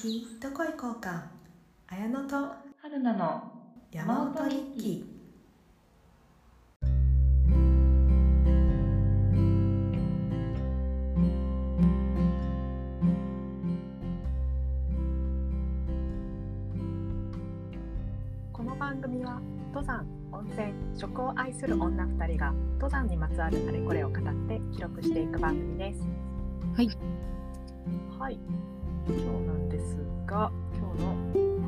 きっと恋交換綾乃と春菜の山本一輝この番組は登山温泉食を愛する女2人が登山にまつわるあれこれを語って記録していく番組ですはいはい今日なんですが今日の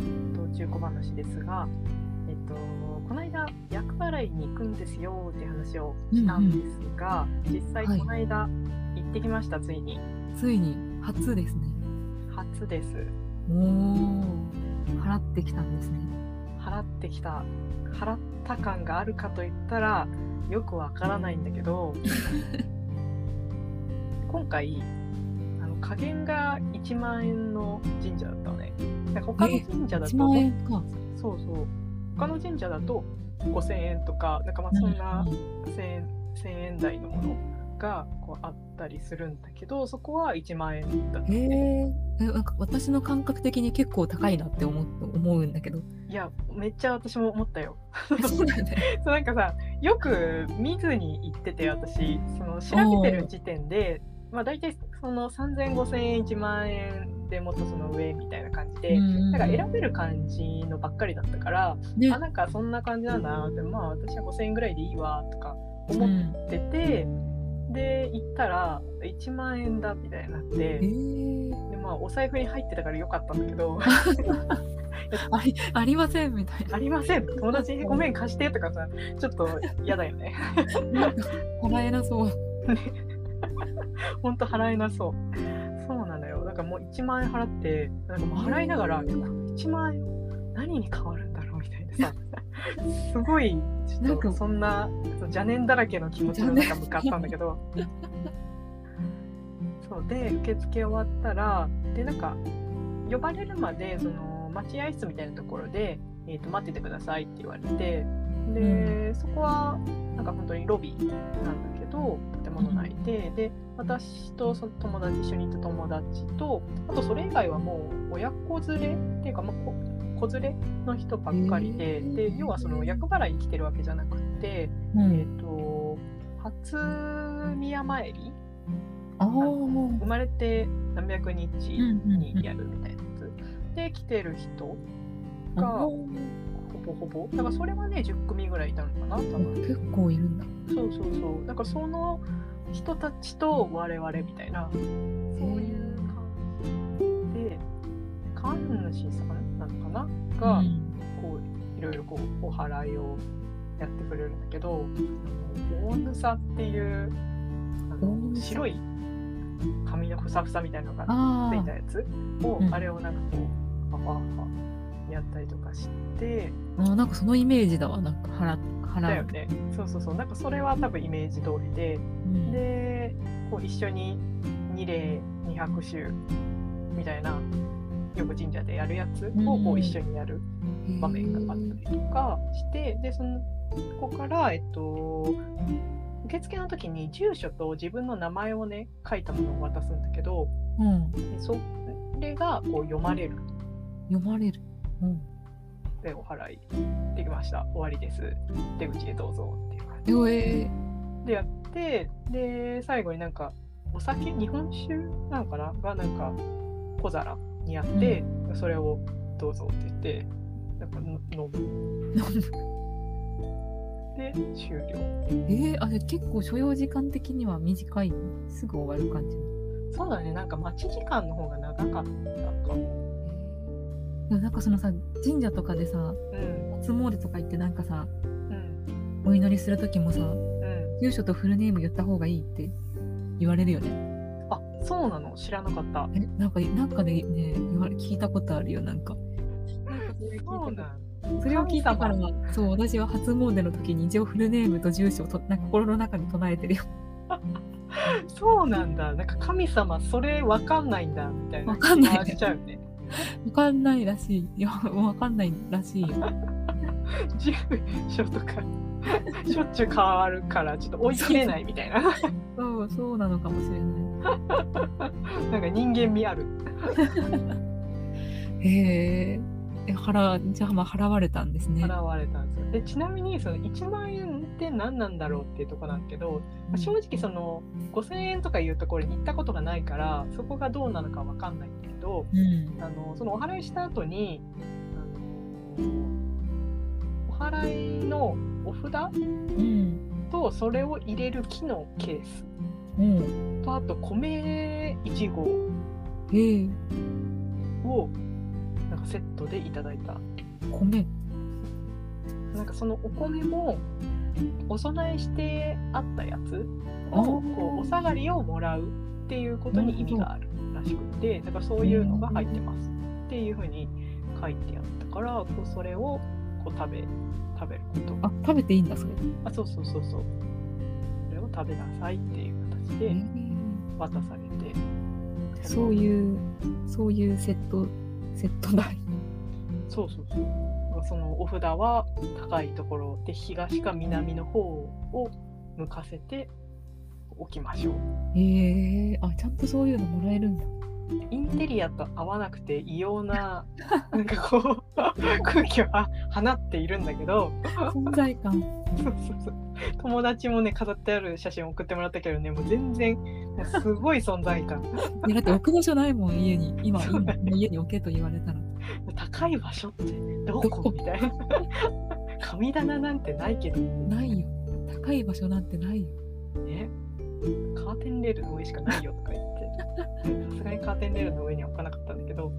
えっと中古話ですがえっとこの間厄払いに行くんですよっていう話をしたんですが、実際はいこの間、行ってきましたついについに初ですね。初ですおお、払ってきたんですね。払ってきた払った感があるかといったらよくわからないんだけ ど今回あの加減が1万円の神社だったのねなんか他のえ神社だと1万円か。そうそう他の神社だと5000円とかなんかまあそんな1000円 ,1000 円台のものがこうあったりするんだけどそこは1万円だったえー、ねえなんか私の感覚的に結構高いなって思う思うん だけど。いやめっちゃ私も思ったよそうだね。そうなんかさよく見ずに行ってて私その調べてる時点で、まあ、大体その30005000円1万円でもっとその上みたいな感じで、なんか選べる感じのばっかりだったから、ねあなんかそんな感じなんだなってまあ私は5000円ぐらいでいいわとかう思ん、ってて、で行ったら1万円だみたいになってえー、で、まあ、お財布に入ってたからよかったんだけどありありませんみたいあな。りません友達にごめん貸してとかさちょっと嫌だよね。なんか払えなそう。 本当払えなそうそうなのよだからもう1万円払ってなんかもう払いながらこの1万円何に変わるんだろうみたいなさ すごいちなょんっとかそんな邪念だらけの気持ちの中向かったんだけど そうで受付終わったらでなんか呼ばれるまでその待合室みたいなところで、えー、と待っててくださいって言われてで、うそこはなんか本当にロビーなんだけど建物内でで私とその友達一緒に行った友達とあとそれ以外はもう親子連れっていうか、まあ、こ子連れの人ばっかりで,、へーで要はその厄払いに来てるわけじゃなくて、うえっ、。と初宮参りああ。生まれて何百日にやるみたいなやつ、で来てる人がほぼほぼだからそれはね10組ぐらいいたのかな多分結構いるんだ。そうそうそうだからその人たちと我々みたいなそういう感じで神主さんなのかなが、うんこういろいろこうお祓いをやってくれるんだけど大ぬさっていうあ大のぬさ白い髪のふさふさみたいなのがあついあた。やつをうんあれをなんかこうパパパやったりとかしてあーなんかそのイメージだわ。なんか払だ払よう。ねそうそうそうなんかそれは多分イメージ通りでうんでこう一緒に二礼二拍手みたいなよく神社でやるやつをこううん一緒にやる場面があったりとかしてでそのここから、えっと、受付の時に住所と自分の名前をね書いたものを渡すんだけどうん。でそれがこう読まれる読まれる。うん。でお払いできました終わりです出口へどうぞっていう感じえ ー、でやってで最後になんかお酒日本酒なのかながなんか小皿にあって、それをどうぞって言ってなんかの飲むで終了えー、あれ結構所要時間的には短いすぐ終わる感じなのそうだねなんか待ち時間の方が長かったかもでもなんかそのさ神社とかでさうん初詣とか行ってなんかさうんお祈りする時もさうん住所とフルネーム言った方がいいって言われるよねあそうなの知らなかったえなんかなんかでね言われ聞いたことあるよなんかそうなんそれを聞いたからそう私は初詣の時に一応フルネームと住所をとなんか心の中に唱えてるよそうなんだなんか神様それわかんないんだみたいなわかんない気がしちゃうねわかんないらしいいやわかんないらしい よ住所とかしょっちゅう変わるからちょっと追い切れないみたいなそうそうなのかもしれないなんか人間味ある。へええ払じゃあまあ払われたんですね。払われたんですよ。でちなみにその1万円って何なんだろうっていうところなんですけど、まあ正直その5,000円とかいうところに行ったことがないからそこがどうなのかわかんないんだけどうんあのそのお払いした後にあのお払いのお札うんとそれを入れる木のケースうんとあと米1合へえをなんかセットでいただいた。米なんかそのお米もお供えしてあったやつをこうお下がりをもらうっていうことに意味があるらしくてだからそういうのが入ってますっていうふうに書いてあったからこうそれをこう食べ食べることあ食べていいんだそれ。あそうそうそうそうそれを食べなさいっていう形でへえ渡されてそういうそういうセットセット代。 そうそうそうなんかそのお札は高いところで東か南の方を向かせておきましょうへえあちゃんとそういうのもらえ るんだ。インテリアと合わなくて異様ななんかこう空気をは放っているんだけど存在感。そうそうそう友達もね飾ってある写真送ってもらったけどねもう全然もうすごい存在感いやだって置く場所ないもん家に今今家に置けと言われたら。高い場所ってどどここみたいな神棚なんてないけどないよ高い場所なんてないよ。ねカーテンレールの上しかないよとか言ってさすがにカーテンレールの上には置かなかったんだけど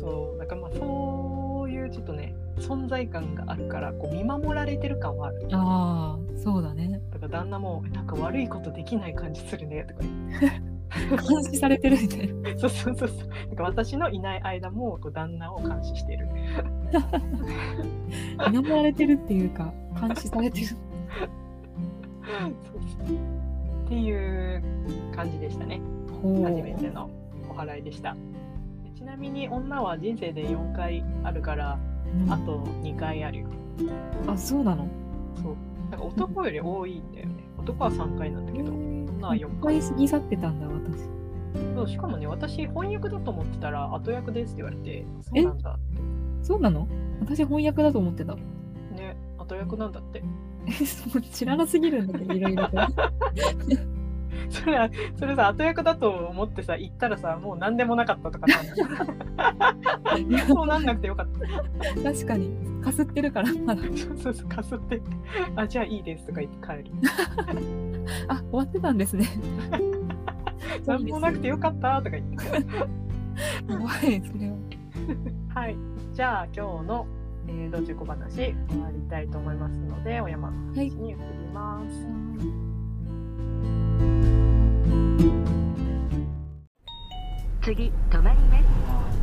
そうなんかまあそういうちょっとね存在感があるからこう見守られてる感はあるああそうだね。だから旦那もえ「なんか悪いことできない感じするね」とか言監視されてるみたいな。ってそうそうそうそうなんか私のいない間もこう旦那を監視してる 見守られてるっていうか監視されてる。そうそうっていう感じでしたねほ初めてのお祓いでしたちなみに女は人生で4回あるからあと2回あるよ。あそうなのそう。なんか男より多いんだよね。男は3回なんだけど、女は一4回回。過ぎ去ってたんだ私そうしかもね、私、翻訳だと思ってたら、後役ですって言われて、そうなんだっそうなの私翻訳だと思ってた て。ね、後役なんだって。 えそう知らなすぎるんだけどいろいろとそれ、それさ、後役だと思ってさ、行ったらさ、もう何でもなかったとか さ、そうなんなくてよかった。確かにかすってるからまだそうそうそう、かすって、あ、じゃあいいですとか言って帰る。あ終わってたんですね 何もなくてよかったとか言って。怖いそれははい、じゃあ今日の、えー、道中小話終わりたいと思いますので、お山の話に移ります。次止まります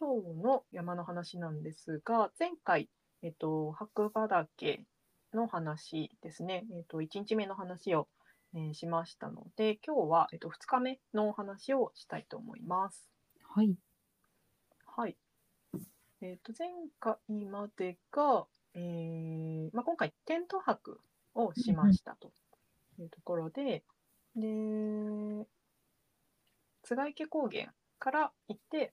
今日の山の話なんですが、前回、えっと、白馬岳の話ですね、えっと、1日目の話を、えーしましたので、今日は、えっと、2日目のお話をしたいと思います。はいはい。えっ、と、前回までが、えーまあ、今回、テント泊をしましたというところで、で、津賀池高原から行って、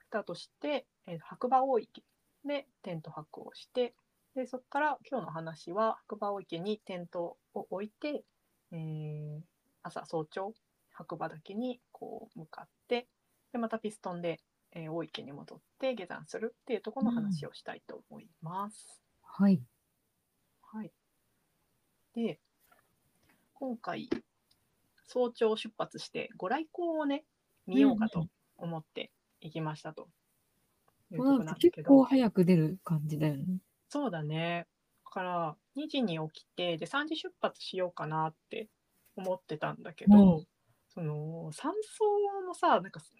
スタートして、えー白馬大池でテント泊をして、で、そこから今日の話は、白馬大池にテントを置いて、えー朝早朝、白馬岳にこう向かって、で、またピストンでえー大池に戻って下山するっていうところの話をしたいと思います。はいはい、で今回早朝出発してご来光をね見ようかうんと思って行きましたと。いうそとこうなろんなかんだ結け構ど早く出る感じだよねそうだねだから2時に起きてで3時出発しようかなって思ってたんだけど、うその山荘のさなんかす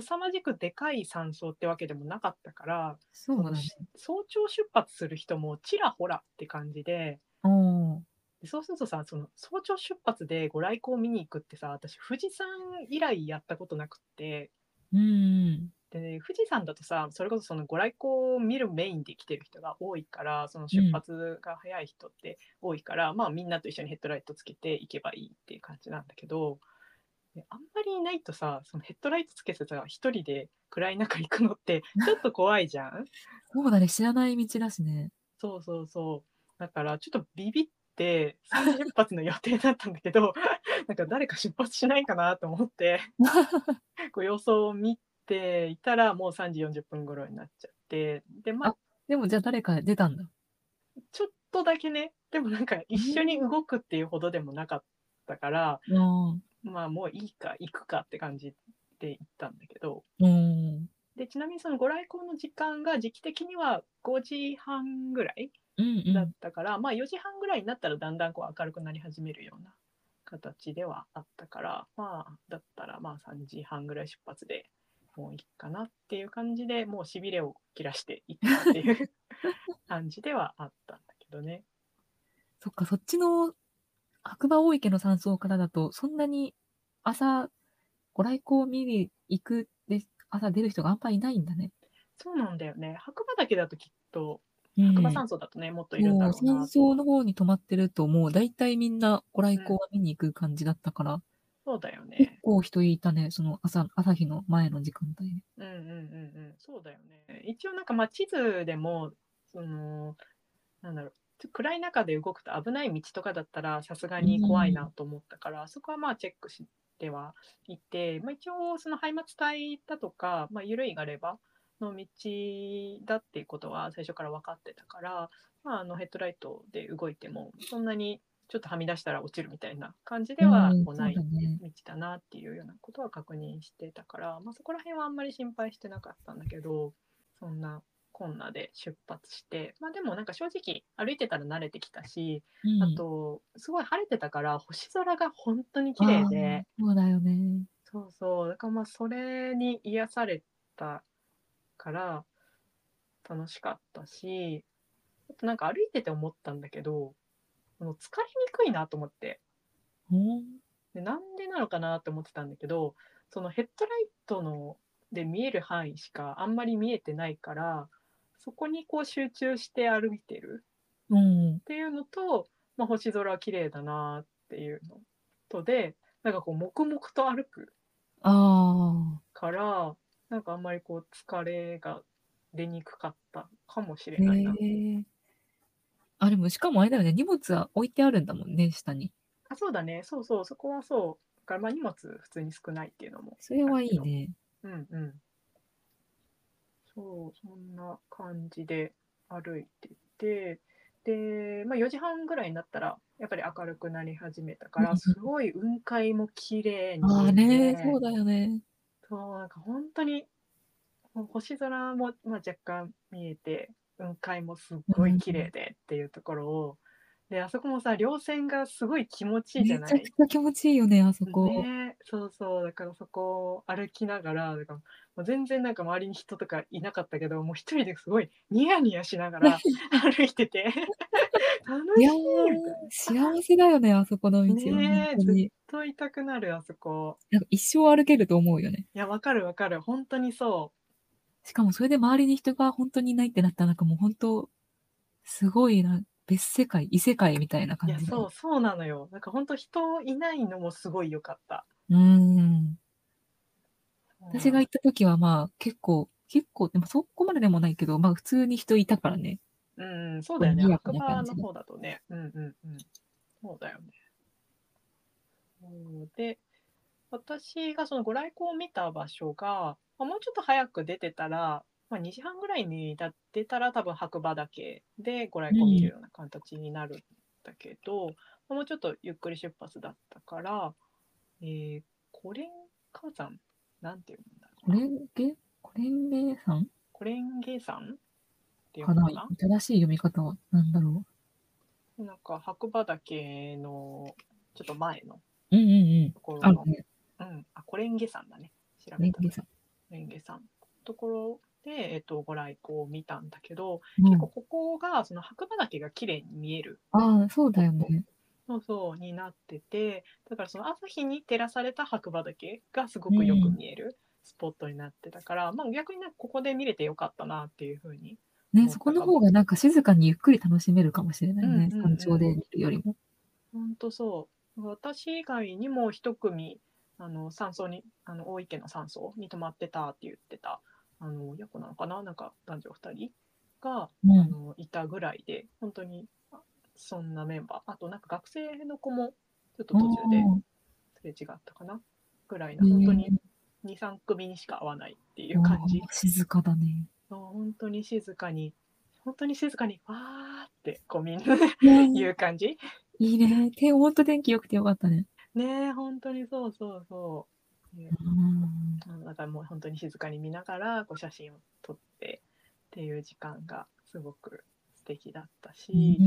凄まじくでかい山荘ってわけでもなかったから、そうだね早朝出発する人もちらほらって感じであーでそうするとさその早朝出発でご来光見に行くってさ私富士山以来やったことなくってうんでで富士山だとさそれこそそのご来光を見るメインで来てる人が多いからその出発が早い人って多いから、まあみんなと一緒にヘッドライトつけていけばいいっていう感じなんだけどであんまりいないとさそのヘッドライトつけてさ一人で暗い中行くのってちょっと怖いじゃんそうだね、知らない道だしね。そうそうそうだからちょっとビビって再出発の予定だったんだけど なんか誰か出発しないかなと思って。こう様子を見ていたらもう3時40分頃になっちゃってでまあでもじゃあ誰か出たんだ。ちょっとだけねでもなんか一緒に動くっていうほどでもなかったから、うん。まあもういいか行くかって感じで行ったんだけどうん。でちなみにそのご来光の時間が時期的には5時半ぐらいうんだったから、まあ4時半ぐらいになったらだんだんこう明るくなり始めるような形ではあったからまあだったらまあ3時半ぐらい出発でもういいかなっていう感じでもうしびれを切らしていったっていう 感じではあったんだけどね。そっか、そっちの白馬大池の山荘からだと、そんなに朝、ご来光を見に行くで、朝出る人があんまりいないんだね。そうなんだよね白馬だけだときっとうん白馬山荘だとね、もっといるんだもうろうな山そ荘の方に泊まってると、もう大体みんなご来光を見に行く感じだったから、うだよ結ね。構人いたね、その朝朝日の前の時間帯に。うんうんうんうん、そうだよね。一応なんかまあ地図でもそのなんだろうちょ暗い中で動くと危ない道とかだったらさすがに怖いなと思ったから、そこはまあチェックしてはいて、まあ、一応そのハイマツ帯だとか、まあ、緩いがればの道だっていうことは最初から分かってたから、まあ、あのヘッドライトで動いてもそんなにちょっとはみ出したら落ちるみたいな感じではうんこうないそうだね道だなっていうようなことは確認してたから、まあ、そこら辺はあんまり心配してなかったんだけどそんなこんなで出発してまあでもなんか正直歩いてたら慣れてきたし、あとすごい晴れてたから星空が本当に綺麗で。あーそうだよね。そうそう。だからまあそれに癒されたから楽しかったし、あとなんか歩いてて思ったんだけど、あの疲れにくいなと思って。うんで、なんでなのかなって思ってたんだけど、そのヘッドライトので見える範囲しかあんまり見えてないから、そこにこう集中して歩いてるうんっ。ていうのと、まあ、星空綺麗だなっていうのとで、なんかこう黙々と歩くあからなんかあんまりこう疲れが出にくかったかもしれあ。ないな。へえ。あ、でもしかもあれだよね、荷物は置いてあるんだもんね、下に。あそうだねそうそうそこはそうだからまあ荷物普通に少ないっていうのも。それはいいね。うんうん。そうそんな感じで歩いててで、まあ、4時半ぐらいになったらやっぱり明るくなり始めたかうんうらんすごい雲海も綺麗にああ見えねて、そうだよね。そう、なんか本当に、もう星空も、まあ、若干見えて、雲海もすっごい綺麗でっていうところを、で、あそこもさ、稜線がすごい気持ちいいめじちゃゃなくいちゃ気持ちいいよね、あそこ。ね、そうそう、だからそこを歩きながら、だからもう全然なんか周りに人とかいなかったけど、もう一人ですごいニヤニヤしなが ら歩いてて、楽しいいやーみたいな。幸せだよね、あそこの道は。ねえ本当にといたくなる、あそこ。なんか一生歩けると思うよね。いや、わかるわかる。本当にそう。しかもそれで周りに人が本当にいないってなったら、なんかもう本当、すごいな、別世界、異世界みたいない感やじだそうそうなのよなんか本当人いないのもすごい良かったうーん。私が行った時はまあ結構、結構、でもそこまででもないけど、まあ普通に人いたからね。うんうんそうだよね賑や白か馬な感じの方だとねうんうんうんそうだよねそうで私がそのご来光を見た場所がまあもうちょっと早く出てたら、まあ、2時半ぐらいにだ出たら多分白馬岳でご来光見るような形になるんだけど、まあもうちょっとゆっくり出発だったから、えー、コレン火山なんていうんだろうこれんげ、これんげさんコレンゲ山っていうかのなかな正しい読み方はなんだろなんか白馬岳のちょっと前のう。うんうんうん。ところあるの、ね。うん、あコレンゲ山だね調レべンたゲのさん。コレンゲ山ところで、えっと、ご来光を見たんだけど、う結ん構ここがその白馬岳が綺麗に見えるああ、そうだよね。そうそうになっててだからその朝日に照らされた白馬岳がすごくよく見える、スポットになってたから、まあ、逆になんかここで見れてよかったなっていうふうに。ね、そこの方がなんか静かにゆっくり楽しめるかもしれないね。うんうんうん山頂で見るよりも。本当そう。私以外にも一組あの山荘にあの大井家の山荘に泊まってたって言ってたあの親子なのかななんか男女二人が、うんあのいたぐらいで本当にあそんなメンバーあとなんか学生の子もちょっと途中でおーすれ違ったかなぐらいなうん本当に23組にしか会わないっていう感じおー静かだね。そう本当に静かに本当に静かにわーってこうみんなで言う感じいいね。天本当天気良くてよかったね。ねえ本当にそうそうそう。ねうんあのだからもう本当に静かに見ながらこう写真を撮ってっていう時間がすごく素敵だったし、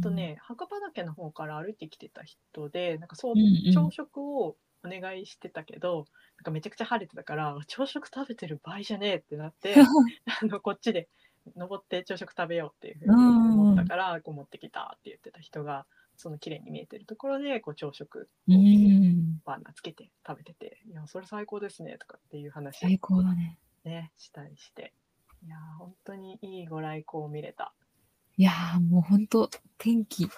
あと、ね墓場岳の方から歩いてきてた人でなんかそううんうん朝食をお願いしてたけど、なんかめちゃくちゃ晴れてたから朝食食べてる場合じゃねえってなって あのこっちで登って朝食食べようっていうふうに思ったから、こう持ってきたって言ってた人がその綺麗に見えてるところでこう朝食うをん。バーナーつけて食べてて「いやそれ最高ですね」とかっていう話最高だね。ねしたりしていやー本当にいいご来光を見れたいやーもう本当天気、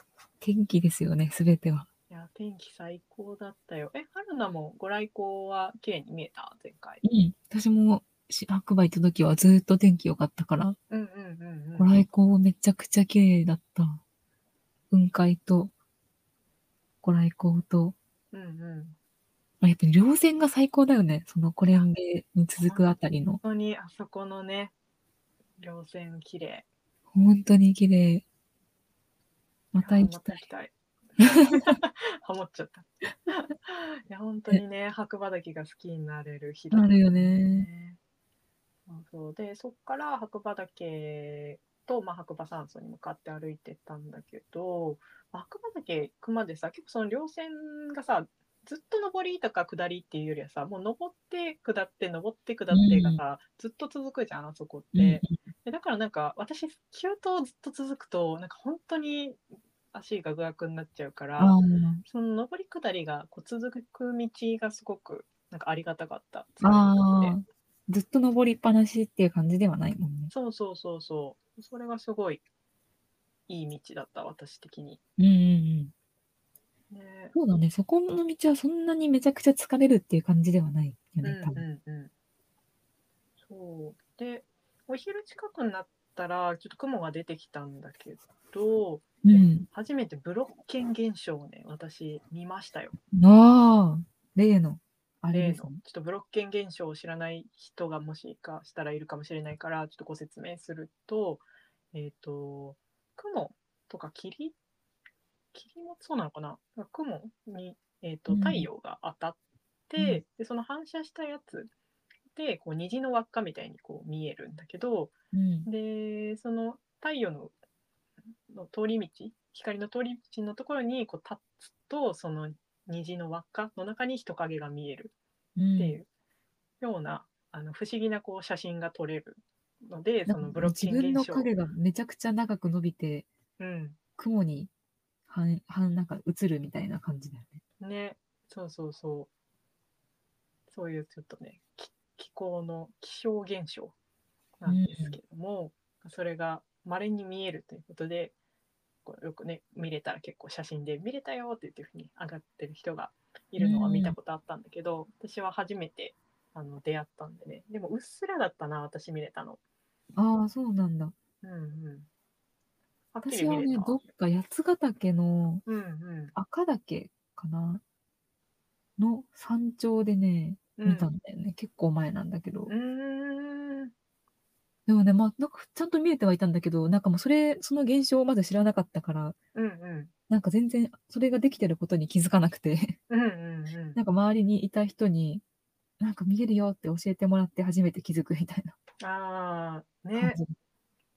天気ですよね、すべては。いやー天気最高だったよえ春菜もご来光は綺麗に見えた前回うん。私もし白馬行った時はずーっと天気良かったから、うんうんうんごうん来光めちゃくちゃ綺麗だった。雲海と、ご来光と、うんうんまあやっぱり稜線が最高だよね。そのコレンゲに続くあたりの。本当にあそこのね稜線綺麗本当に綺麗。また行きたい。い やまた行きたいハモっちゃったいや本当にね白馬岳が好きになれる日だったなるよね。そうそうでそっから白馬岳と、まあ、白馬山荘に向かって歩いてったんだけどまあ白馬岳行くまでさ結構その稜線がさずっと上りとか下りっていうよりはさもう上って下って上って下ってがさ、ずっと続くじゃんあそこって、うんでだからなんか私急登ずっと続くとなんか本当に足がぐわくになっちゃうからああ、その上り下りがこう続く道がすごくなんかありがたかった。あであ、ずっと登りっぱなしっていう感じではないもんね。そうそうそうそう。それがすごいいい道だった、私的に。うんうんうん。ね、そうだね。そこの道はそんなにめちゃくちゃ疲れるっていう感じではないようんね、多分。うんうん。そう。で、お昼近くになったら、ちょっと雲が出てきたんだけど、うん。初めてブロッケン現象をね、私見ましたよ。ああ、例の、あれ例のでちすょね。っとブロッケン現象を知らない人がもしかしたらいるかもしれないからちょっとご説明すると,、えっと雲とか霧霧もそうなのかな雲に、えー、とうん太陽が当たって、うんでその反射したやつでこう虹の輪っかみたいにこう見えるんだけどうん。でその太陽のの通り道光の通り道のところにこう立つとその虹の輪っかの中に人影が見える。うんっていうような、あの不思議なこう写真が撮れるのでなそんかのブロッキ自分ンの現象、影がめちゃくちゃ長く伸びて、うん雲に反、反、なんか映るみたいな感じだよね。ね、そうそうそうそういうちょっとねき気候の気象現象なんですけども、それが稀に見えるということでこうよくね見れたら結構写真で見れたよって言っていうふうに上がってる人がいるのは見たことあったんだけど、私は初めてあの出会ったんでねでもうっすらだったな私見れたの。ああ、そうなんだ。うんうん。はっき私りは見れねた。、どっか八ヶ岳のうんうん赤岳かなの山頂でね、うん。見たんだよね。結構前なんだけうど。ーん。でもね、まあ、なんかちゃんと見えてはいたんだけど、なんかもうそれ、その現象をまず知らなかったから、うんうん。なんか全然それができてることに気づかなくて、 うんうんうんなんか周りにいた人に、なんか見えるよって教えてもらって初めて気づくみたいああ、な感 ね。じ。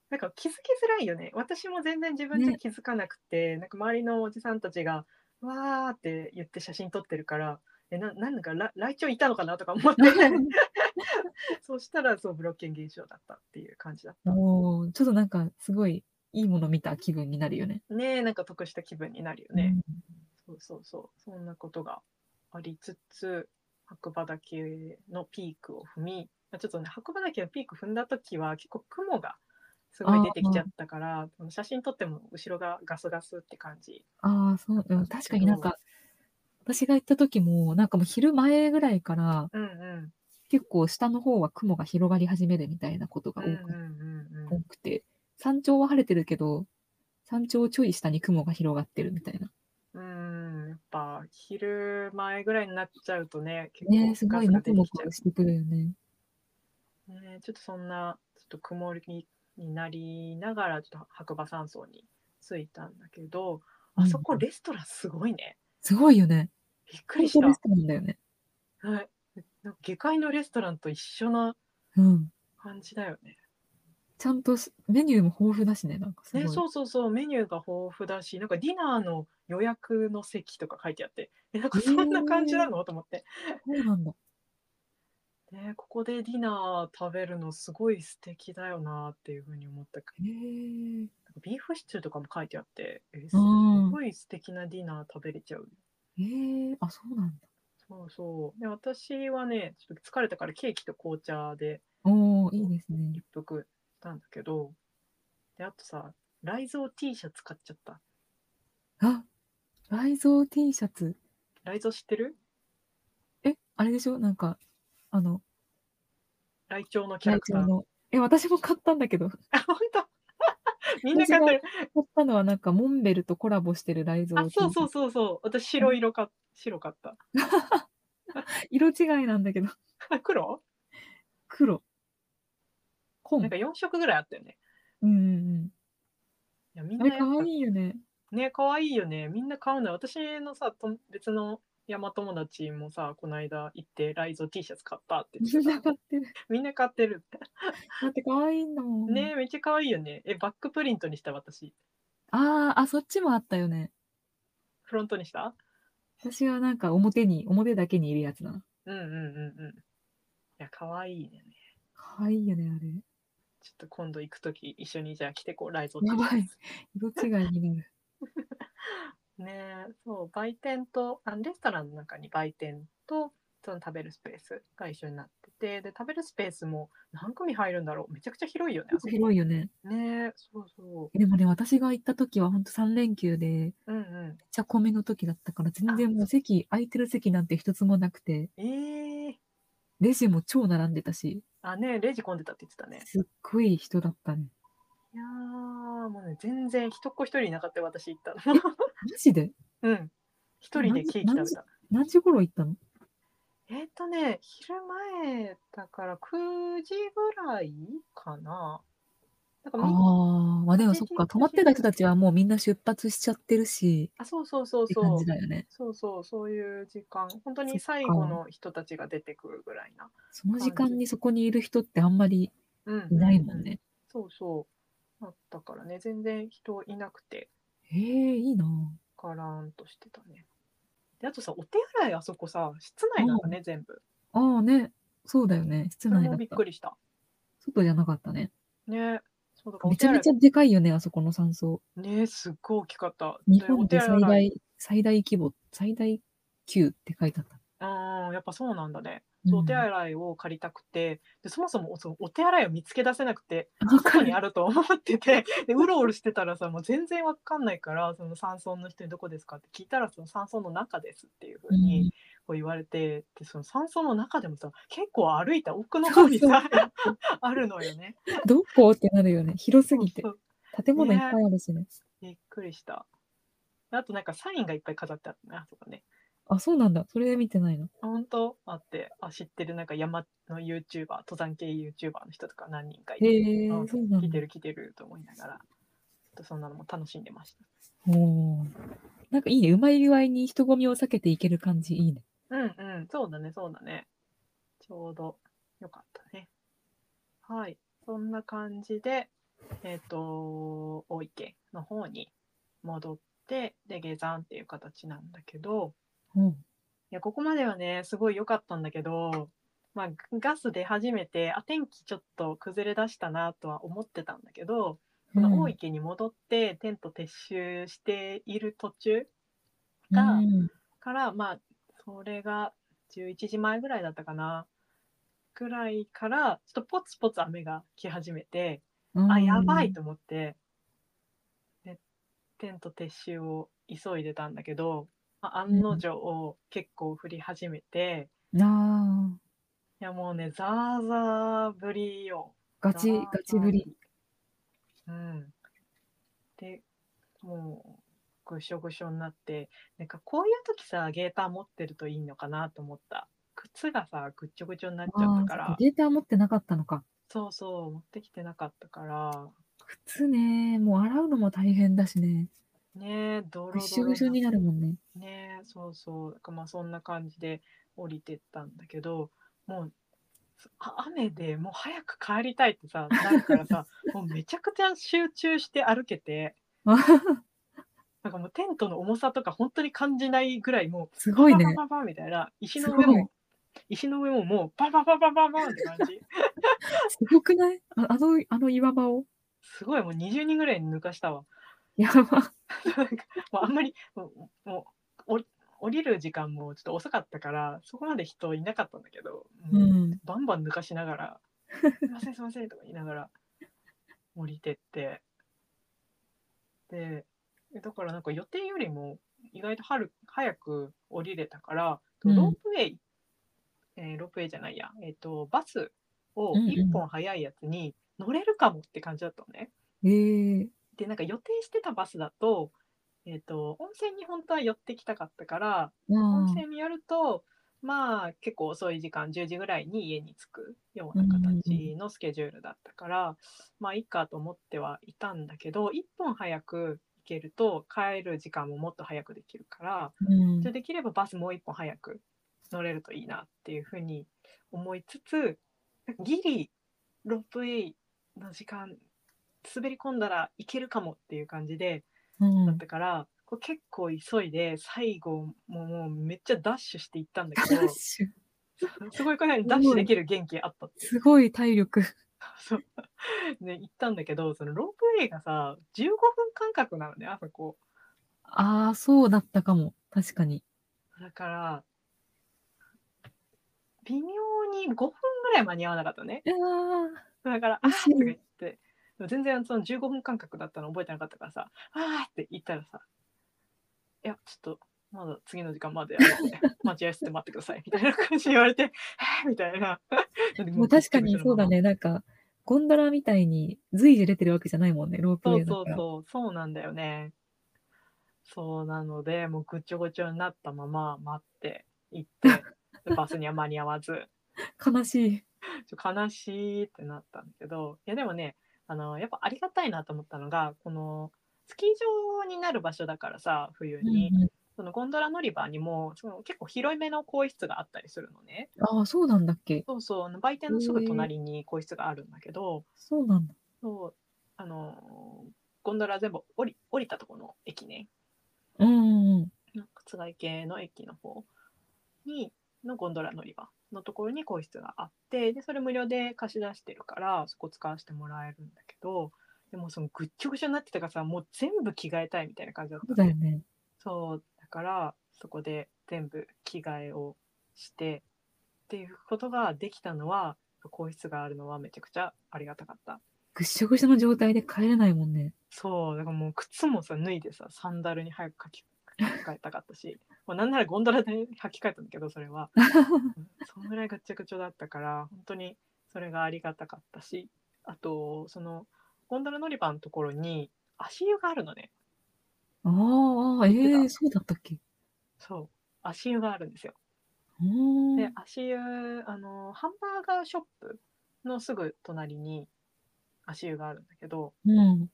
なんか気づきづらいよね。私も全然自分じゃ気づかなくて、なんか周りのおじさんたちが、わーって言って写真撮ってるから、え、な、なんから来鳥いたのかなとか思って、 そうしたら、そう、ブロッケン現象だったっていう感じだった。もう、ちょっとなんかすごいいいもの見た気分になるよね。ねえ、なんか得した気分になるよね。そうそうそう、そんなことがありつつ、白馬岳のピークを踏み、まあちょっとね、白馬岳のピーク踏んだ時は結構雲がすごい出てきちゃったから、写真撮っても後ろがガスガスって感じ。ああ、そう、うん、確かになんか、私が行った時も、なんかもう昼前ぐらいから、うんうん。結構下の方は雲が広がり始めるみたいなことが多うんうんくうんうん多くて、山頂は晴れてるけど、山頂ちょい下に雲が広がってるみたいな。うーん、やっぱ昼前ぐらいになっちゃうとね、結ねえ、す構ごガスが出いもくてもきちゃくしてくるよね。う。ね、ちょっとそんな、ちょっと曇りになりながら、ちょっと白馬山荘に着いたんだけど、あそこうんレストランすごいね。すごいよね。びっくりした本。当レストランだよね。はい。なんか下界のレストランと一緒なうん。感じだよね。ちゃんとすメニューも豊富だしね、なんかすごい。ね、そうそうそう、メニューが豊富だし、なんかディナーの予約の席とか書いてあって、え、なんかそんな感じなの、と思って。そうなんだ。ね、ここでディナー食べるのすごい素敵だよなっていうふうに思ったけどへえ。なんかビーフシチューとかも書いてあって、えすうんごい素敵なディナー食べれちゃう。へえ。あ、そうなんだ。そうそう。で、私はね、ちょっと疲れたからケーキと紅茶でおー、いいですね一。服したんだけど、で、あとさ、ライゾー T シャツ買っちゃった。あ、雷蔵 T シャツ。ライゾー知ってるえ、あれでしょなんか、あの、ライチョウのキャラライクチタョウー。の。え、私も買ったんだけど、あ、 本当みんな買ってる。買ったのはなんかモンベルとコラボしてる雷蔵あ、そうそううそうそう。私白色か、白買った。色違いなんだけど、あ黒黒。な紺んか。4色ぐらいあったよね。うんうんいやみうんん。あなやれっぱ可愛いよね。ね可愛いよねみんな買うのよ私のさと別の山友達もさこの間行ってライゾ T シャツ買ったって言っみてんなた 買ってる。みんな買ってるだって可愛いんだもん。ねめっちゃ可愛いよねえバックプリントにした私ああ、あ、そっちもあったよね。フロントにした私はなんか表に、表だけにいるやつだな。うんうんうんうんいや可愛いね可愛いよね、あれ。ちょっと今度行く時一緒にじゃあ来てこうライゾ T シやばャいツ。色違いにな る。ねそう売店とあレストランの中に売店とその食べるスペースが一緒になっててで食べるスペースも何組入るんだろうめちゃくちゃ広いよねあそこ広いよね。ねそうそうでもね、私が行った時は本当3連休で、うんうん。めっちゃ混みの時だったから、全然もう席、空いてる席なんて一つもなくて、ええレジも超並んでたし、あね、レジ混んでたって言ってたね。すっごい人だったね。いやー、もうね、全然人っ子一人いなかったよ私行ったの。 マジでうん。一人でケーキ食べた。何時頃行ったのえっとね、昼前だから9時ぐらいかな。なんかみんああ、まあでもそっ8か、時泊まってた人たちはもうみんな出発しちゃってるし、あ、そうそうそうってそ感うじ。だよね。そうそう、そういう時間。本当にそっか最後の人たちが出てくるぐらいな。その時間にそこにいる人ってあんまりうん。いないもん。ね。そうそう。だったからね、全然人いなくて。へえ、いいなぁ。カラーンとしてたね。であとさお手洗いあそこさ室内なんだね全部。ああね、そうだよね。そ室れ内だもっ。びったくりした。外じゃなかったね。ねそうだからおめ手ちゃ洗めいちゃでかいよね、あそこの山荘。ねすっごい大きかった。日お本手で洗最い大、最大規模、最大級って書いてあった。うんやっぱそうなんだね。そううおん手洗いを借りたくてでそもそもそのお手洗いを見つけ出せなくてわどこかにる。あると思ってて でうろうろしてたらさもう全然わかんないからその山村の人にどこですかって聞いたらその山村の中ですっていうふうに。うんこう言われてでその山村の中でもさ結構歩いた奥の方にさ あるのよね。 どこってなるよね。広すぎてそ。う建物いっぱいあるしね。びっくりした。あとなんかサインがいっぱい飾ってあったねあそこね。あ、そうなんだ。それ見てないの。本当あってあ知ってるなんか山の YouTuber 登山系 YouTuber の人とか何人かいへて、え、うんそうな来んてだ。る来てると思いながらちょっとそんなのも楽しんでました。おーなんかいいね。うまい具合に人混みを避けていける感じ、いいね。うんうん、そうだね、そうだね。ちょうどよかったね。はい、そんな感じで、えっ、と、大池の方に戻って、で、下山っていう形なんだけど、うん。いや、ここまではね、すごい良かったんだけど、まあ、ガス出始めて、あ、天気ちょっと崩れ出したなとは思ってたんだけど、この大池に戻って、テント撤収している途中が、うんからまあそれが11時前ぐらいだったかなぐらいからちょっとポツポツ雨が来始めて、うんあやばい。と思ってでテント撤収を急いでたんだけど、まあ案の定結構降り始めて、ああ、いやもうねザーザー降りよ。ガチ、ザーガチぶり。うん、でもうぐしょぐしょになってなんかこういう時さゲーター持ってるといいのかなと思った靴がさぐっちょぐちょになっちゃったあからあ、データ持ってなかったのか。そうそう持ってきてなかったから靴ね、もう洗うのも大変だしね。ねえドロドロぐしょぐしょになるもんね。ねえそうそうだからまあそんな感じで降りてったんだけどもうあ雨でもう早く帰りたいってさなるからさ もうめちゃくちゃ集中して歩けてなんかもうテントの重さとか本当に感じないぐらいもうすごいねバ。ババババみたいな石のす上ごいも石の上ももうババババババって感 じすごくないああの、あの岩場を。すごいもう20人ぐらいに抜かしたわやなば。んかもう あんまりもうもうお降りる時間もちょっと遅かったからそこまで人いなかったんだけど、ううんん。バンバン抜かしながら「すいませんすいません」とか言いながら降りてってでえだからなんか予定よりも意外とはる早く降りれたからうんロープウェイ、えーロープウェイじゃないや、えっとバスをうんうん1本早いやつに乗れるかもって感じだったのね。ええでなんか予定してたバスだと,、えっと温泉に本当は寄ってきたかったからあ温あ。泉によるとまあ結構遅い時間10時ぐらいに家に着くような形のスケジュールだったから、まあいいかと思ってはいたんだけど1本早く行けると帰る時間ももっと早くできるから、うんじゃあできればバスもう1本早く乗れるといいなっていうふうに思いつつギリロープウェイの時間滑り込んだらいけるかもっていう感じでうんだったから、こう結構急いで最後ももうめっちゃダッシュしていったんだけダどッシュすごいこのようにダッシュできる元気あったっていうすごい体力。そうで行ったんだけどそのロープウェイがさ15分間隔なのねあそこああ、そうだったかも。確かに。だから微妙に5分ぐらい間に合わなかったのねいやーだから「あ惜ー」しいとか言ってでも全然その15分間隔だったの覚えてなかったからさ「あー」って言ったらさ「いやちょっとまだ次の時間までやる んで待合室で待ってください」みたいな感じで言われて「えーみたいな。もう確かにそうだ。ね。なんか、ゴンドラみたいに随時出てるわけじゃないもんね、ロープウそェイうだそうから。そうそうなんだよね。そうなのでもうぐちょぐちょになったまま待って行って。 でバスには間に合わず悲しい。ちょ悲しいってなったんだけどいやでもねあのやっぱありがたいなと思ったのがこのスキー場になる場所だからさ冬に、うんうんそのゴンドラ乗り場にもその結構広いめの更衣室があったりするのねああ、そうなんだっけ。そうそうあの売店のすぐ隣に更衣室があるんだけど、そうなんだ。そうあのゴンドラ全部降り降りたとこの駅ねうんうんうん。津貝系の駅の方にのゴンドラ乗り場のところに更衣室があってでそれ無料で貸し出してるからそこ使わせてもらえるんだけどでもそのぐっちょぐちょになってたからさもう全部着替えたいみたいな感じだっそたうだのよね。そうだからそこで全部着替えをしてっていうことができたのは更衣室があるのはめちゃくちゃありがたかったぐっしょぐしょの状態で帰れないもんね。そうだからもう靴もさ脱いでさサンダルに早く履き替えたかったし まあなんならゴンドラで履き替えたんだけどそれ はうんそんぐらいガチャガチャだったから本当にそれがありがたかったしあとそのゴンドラ乗り場のところに足湯があるのねあーあー、ええ言ってたそうだったっけ。そう足湯があるんですようーん。で足湯あのハンバーガーショップのすぐ隣に足湯があるんだけどうん。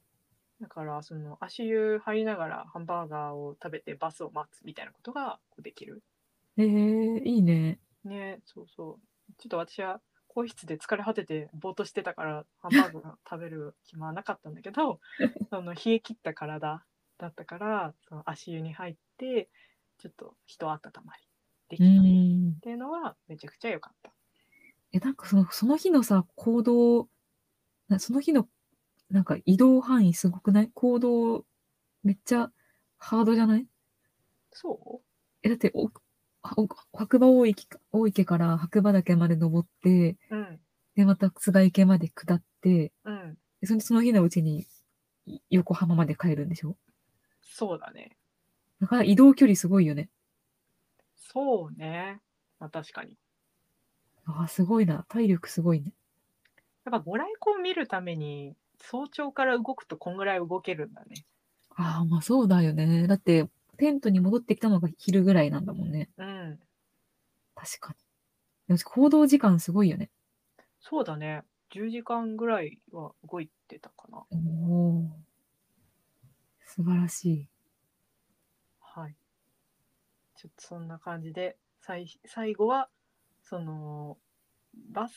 だからその足湯入りながらハンバーガーを食べてバスを待つみたいなことができるええいいね。ねそうそうちょっと私は更衣室で疲れ果ててぼーっとしてたからハンバーガー食べる暇はなかったんだけ どその冷え切った体だったからその足湯に入ってちょっと人温まりでうきたっん。ていうのはめちゃくちゃ良かった。え、なんかその、その日のさ、行動、なその日の、なんか移動範囲すごくない行動、めっちゃハードじゃないそうえ、だってお、はお白馬大池か大池から白馬岳まで登って、うん、で、また菅池まで下って、うん、でそのその日のうちにい横浜まで帰るんでしょそうだね。だから移動距離すごいよね。そうね。まあ確かに。ああ、すごいな。体力すごいね。やっぱご来光見るために早朝から動くとこんぐらい動けるんだね。ああ、まあそうだよね。だって、テントに戻ってきたのが昼ぐらいなんだもんね。うん、確かに。でも行動時間すごいよね。そうだね。10時間ぐらいは動いてたかな。おお。素晴らしい。はい。ちょっとそんな感じで、最最後は、その、バス、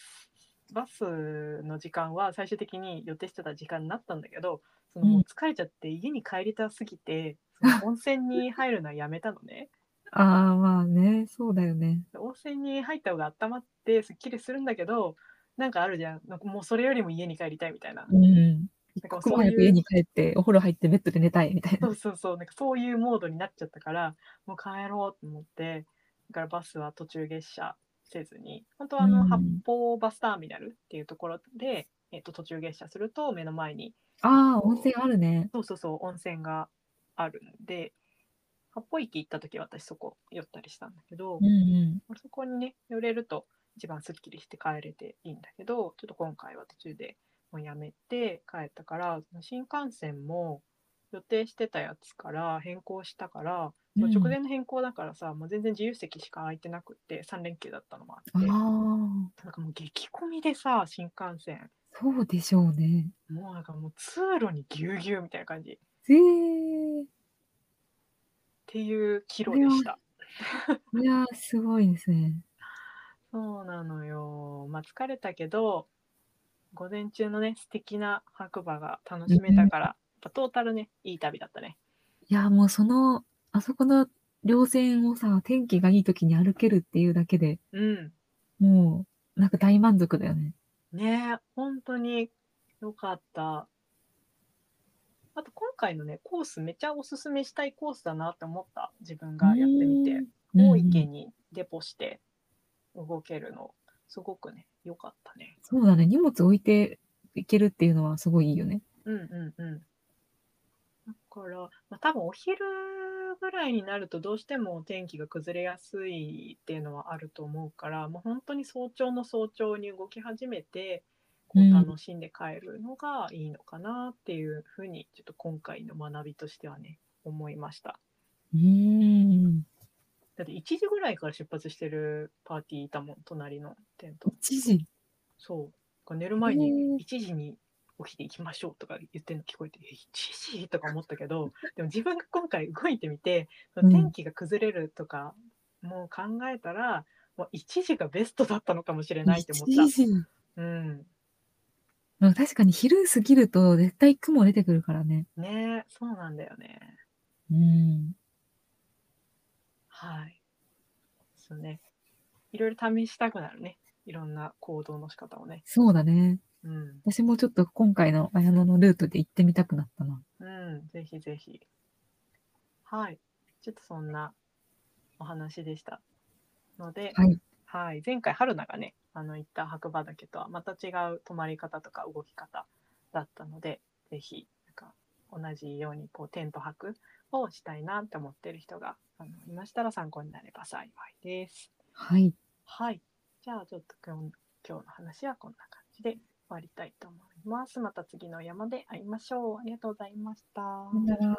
バスの時間は最終的に予定してた時間になったんだけど、そのうんもう疲れちゃって家に帰りたすぎて、その温泉に入るのはやめたのね。ああ、まあね、そうだよね。温泉に入った方が温まってすっきりするんだけど、なんかあるじゃん。なんかもうそれよりも家に帰りたいみたいな。うなん。んか僕そうも早く家いうに帰って、お風呂入ってベッドで寝たいみたいなそ。うそうそう、なんかそういうモードになっちゃったから、もう帰ろうと思って、だからバスは途中下車せずに、本当はあの、うん八方バスターミナルっていうところで、えっと、途中下車すると目の前に、ああ、温泉あるね。そうそうそう、温泉があるんで、八方駅行った時私そこ寄ったりしたんだけど、うんうん。そこにね、寄れると一番すっきりして帰れていいんだけど、ちょっと今回は途中でもうやめて帰ったから、その新幹線も予定してたやつから変更したから、まあ直前の変更だからさ、もう全然自由席しか空いてなくって、3連休だったのもあって、なんああ、かもう激混みでさ、新幹線、そうでしょうね。もうなんかもう通路にぎゅうぎゅうみたいな感じっええていうキロでした。いやー、すごいですね。そうなのよ。まあ疲れたけど、午前中のね、素敵な白馬が楽しめたから、やっぱトータルね、いい旅だったね。いやー、もうその、あそこの稜線をさ、天気がいい時に歩けるっていうだけでうん。もう、なんか大満足だよね。ねえ本当に良かった。あと今回のね、コースめちゃおすすめしたいコースだなって思った。自分がやってみて、うん。大うんう池んにデポして動けるの、すごくね、良かったね。そうだね。荷物置いていけるっていうのはすごいいいよね。うんうんうん。だから、まあ、多分お昼ぐらいになるとどうしても天気が崩れやすいっていうのはあると思うから、もう本当に早朝の早朝に動き始めて、こううん楽しんで帰るのがいいのかなっていうふうに、ちょっと今回の学びとしてはね、思いました。うーん。だって1時ぐらいから出発してるパーティーいたもん、隣のテント。一時。そう。こう寝る前にへー1時に起きていきましょうとか言ってるの聞こえて、え1時とか思ったけ ど、でも自分が今回動いてみて、そのうん天気が崩れるとか、もう考えたら、もう1時がベストだったのかもしれないって思一っ時。た。うん。まあ確かに昼過ぎると絶対雲出てくるからね。ねえそうなんだよね。うん。はい。そうね。いろいろ試したくなるね。いろんな行動の仕方をね。そうだね。うん。私もちょっと今回の綾野のルートで行ってみたくなったな。うん、ぜひぜひ。はい。ちょっとそんなお話でした。ので、はい。はい、前回、春菜がね、あの、行った白馬岳とはまた違う泊まり方とか動き方だったので、ぜひ、なんか、同じように、こう、テント泊をしたいなって思ってる人が、あの、いましたら参考になれば幸いです。はい。はい。じゃあ、ちょっと今日今日の話はこんな感じで終わりたいと思います。また次の山で会いましょう。ありがとうございました。さよなら